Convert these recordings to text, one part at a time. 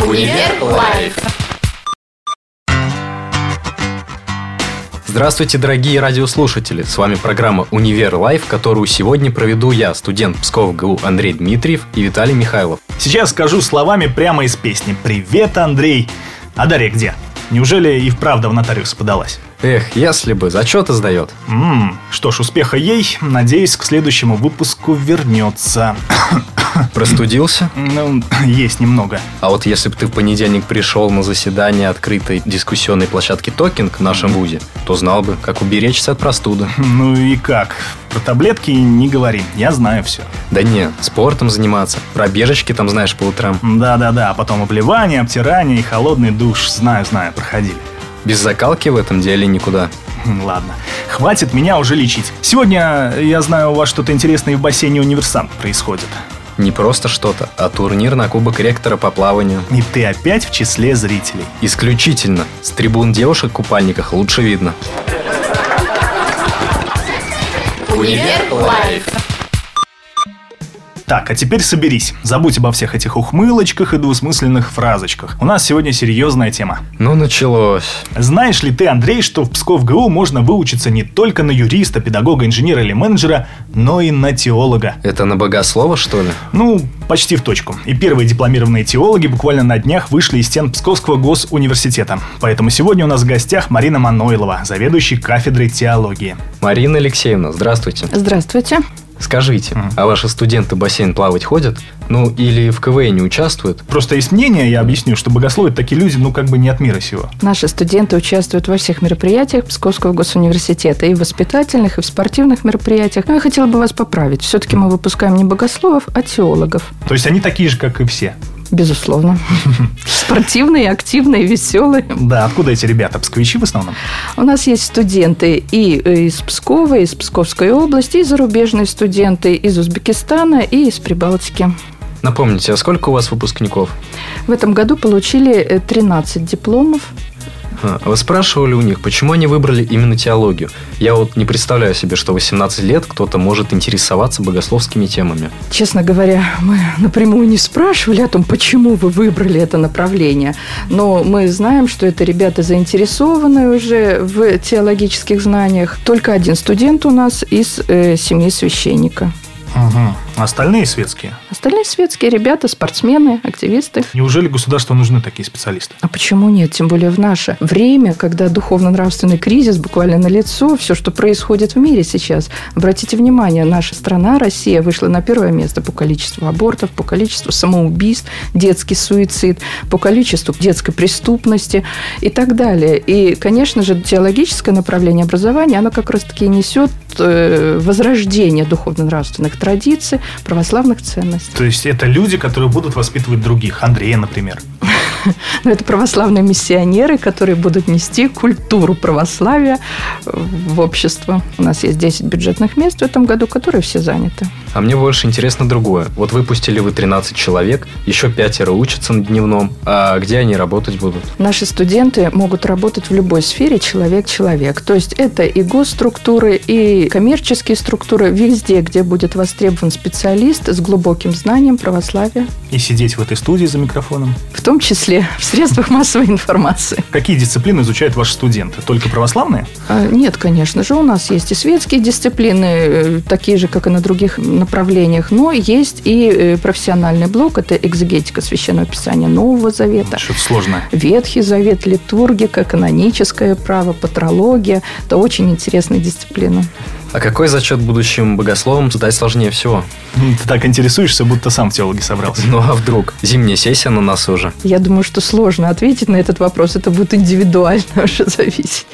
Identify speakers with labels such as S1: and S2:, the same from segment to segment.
S1: Универ Лайф.
S2: Здравствуйте, дорогие радиослушатели! С вами программа «Универ Лайф», которую сегодня проведу я, студент Псков ГУ Андрей Дмитриев и Виталий Михайлов.
S3: Сейчас скажу словами прямо из песни. Привет, Андрей. А Дарья где? Неужели и вправду в нотариуса подалась?
S2: Эх, если бы, зачеты сдает.
S3: Ммм, что ж, успеха ей. Надеюсь, к следующему выпуску вернется.
S2: Простудился?
S3: Ну, есть немного.
S2: А вот если бы ты в понедельник пришел на заседание открытой дискуссионной площадки «Токинг» в нашем вузе, то знал бы, как уберечься от простуды.
S3: Ну и как? Про таблетки не говори, я знаю все.
S2: Да не, спортом заниматься, пробежечки там знаешь по утрам.
S3: Да-да-да, а потом обливание, обтирание и холодный душ. Знаю, знаю, проходили.
S2: Без закалки в этом деле никуда.
S3: Хм, Ладно, хватит меня уже лечить. Сегодня, э, я знаю, у вас что-то интересное и в бассейне «Универсант» происходит.
S2: Не просто что-то, а турнир на Кубок Ректора по плаванию.
S3: И ты опять в числе зрителей.
S2: Исключительно. С трибун девушек в купальниках лучше видно.
S1: Универ Лайф.
S3: Так, а теперь соберись. Забудь обо всех этих ухмылочках и двусмысленных фразочках. У нас сегодня серьезная тема.
S2: Ну, началось.
S3: Знаешь ли ты, Андрей, что в Псков ГУ можно выучиться не только на юриста, педагога, инженера или менеджера, но и на теолога?
S2: Это на богослова, что ли?
S3: Ну, почти в точку. И первые дипломированные теологи буквально на днях вышли из стен Псковского госуниверситета. Поэтому сегодня у нас в гостях Марина Манойлова, заведующий кафедрой теологии.
S2: Марина Алексеевна, здравствуйте.
S4: Здравствуйте.
S2: Скажите,
S3: Мгм.
S2: а ваши студенты в бассейн плавать ходят? Ну, или в КВН не участвуют?
S3: Просто есть мнение, я объясню, что богословы это такие люди, ну, как бы не от мира сего.
S4: Наши студенты участвуют во всех мероприятиях Псковского госуниверситета, и в воспитательных, и в спортивных мероприятиях. Но я хотела бы вас поправить. Все-таки мы выпускаем не богословов, а теологов.
S3: То есть они такие же, как и все.
S4: Безусловно. Спортивные, активные, веселые.
S3: Да, откуда эти ребята? Псковичи в основном?
S4: У нас есть студенты и э, из Пскова, и из Псковской области, и зарубежные студенты из Узбекистана и из Прибалтики.
S2: Напомните, а сколько у вас выпускников?
S4: В этом году получили э, 13 дипломов.
S2: А, Вы спрашивали у них, почему они выбрали именно теологию? Я вот не представляю себе, что в 18 лет кто-то может интересоваться богословскими темами.
S4: Честно говоря, мы напрямую не спрашивали о том, почему вы выбрали это направление, но мы знаем, что это ребята заинтересованы уже в теологических знаниях. Только один студент у нас из э, семьи священника.
S3: Угу. Остальные светские.
S4: Остальные светские ребята, спортсмены, активисты.
S3: Неужели государству нужны такие специалисты?
S4: А почему нет? Тем более в наше время, когда духовно-нравственный кризис буквально на лицо, все, что происходит в мире сейчас. Обратите внимание, наша страна, Россия, вышла на первое место по количеству абортов, по количеству самоубийств, детский суицид, по количеству детской преступности и так далее. И, конечно же, теологическое направление образования, оно как раз-таки и несет э, возрождение духовно-нравственных традиций, православных ценностей.
S3: То есть это люди, которые будут воспитывать других. Андрея, например.
S4: Но Ну, это православные миссионеры, которые будут нести культуру православия в общество. У нас есть 10 бюджетных мест в этом году, которые все заняты.
S2: А мне больше интересно другое. Вот выпустили вы 13 человек, еще пятеро учатся на дневном. А где они работать будут?
S4: Наши студенты могут работать в любой сфере человек-человек. То есть это и госструктуры, и коммерческие структуры, везде, где будет востребован специалист с глубоким знанием православия,
S3: И сидеть в этой студии за микрофоном.
S4: в том числе в средствах массовой информации.
S3: Какие дисциплины изучают ваши студенты? Только православные?
S4: А, Нет, конечно же, у нас есть и светские дисциплины, э, такие же, как и на других направлениях, но есть и э, профессиональный блок, это экзегетика Священного Писания Нового Завета.
S3: Что-то сложное.
S4: Ветхий Завет, литургика, каноническое право, патрология. Это очень интересная дисциплина.
S2: А какой зачет будущим богословам сдать сложнее всего?
S3: М, Ты так интересуешься, будто сам в теологи собрался.
S2: Ну а вдруг? Зимняя сессия на нас уже.
S4: Я думаю, что сложно ответить на этот вопрос. Это будет индивидуально уже зависеть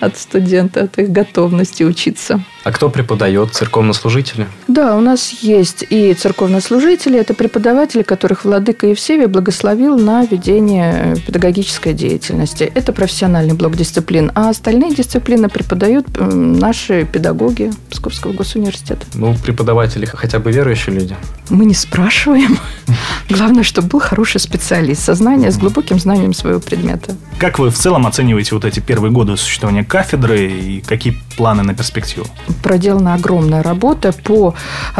S4: от студента, от их готовности учиться.
S2: А кто преподает? Церковнослужители?
S4: Да, у нас есть и церковнослужители, это преподаватели, которых Владыка Евсевий благословил на ведение э, педагогической деятельности. Это профессиональный блок дисциплин, а остальные дисциплины преподают м, наши педагоги Псковского госуниверситета.
S2: Ну, преподаватели хотя бы верующие люди.
S4: Мы не спрашиваем. Главное, чтобы был хороший специалист со знанием, с глубоким знанием своего предмета.
S3: Как вы в целом оцениваете вот эти первые годы существования кафедры и какие планы на перспективу?
S4: проделана огромная работа по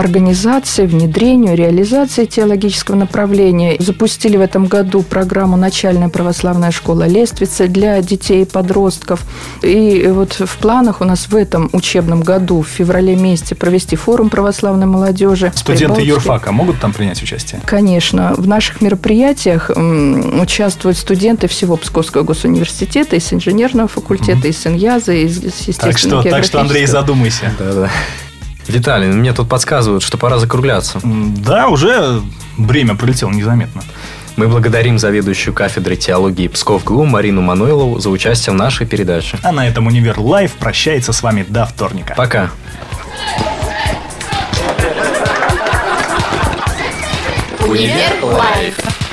S4: организации, внедрению, реализации теологического направления. Запустили в этом году программу «Начальная православная школа лестницы» для детей и подростков. И вот в планах у нас в этом учебном году, в феврале месяце, провести форум православной молодежи. в
S3: Студенты
S4: Прибалтике.
S3: юрфака могут там принять участие?
S4: Конечно. В наших мероприятиях м, участвуют студенты всего Псковского госуниверситета, и с инженерного факультета, и с Иньяза, и с естественного
S3: Так что, так что, Андрей, задумайся.
S2: Да-да. Виталий, ну, мне тут подсказывают, что пора закругляться.
S3: М, Да, уже время пролетело незаметно.
S2: Мы благодарим заведующую кафедрой теологии Псков-ГЛУ Марину Мануилову за участие в нашей передаче.
S3: А на этом Универ Лайф прощается с вами до вторника.
S2: Пока.
S1: Универ Лайф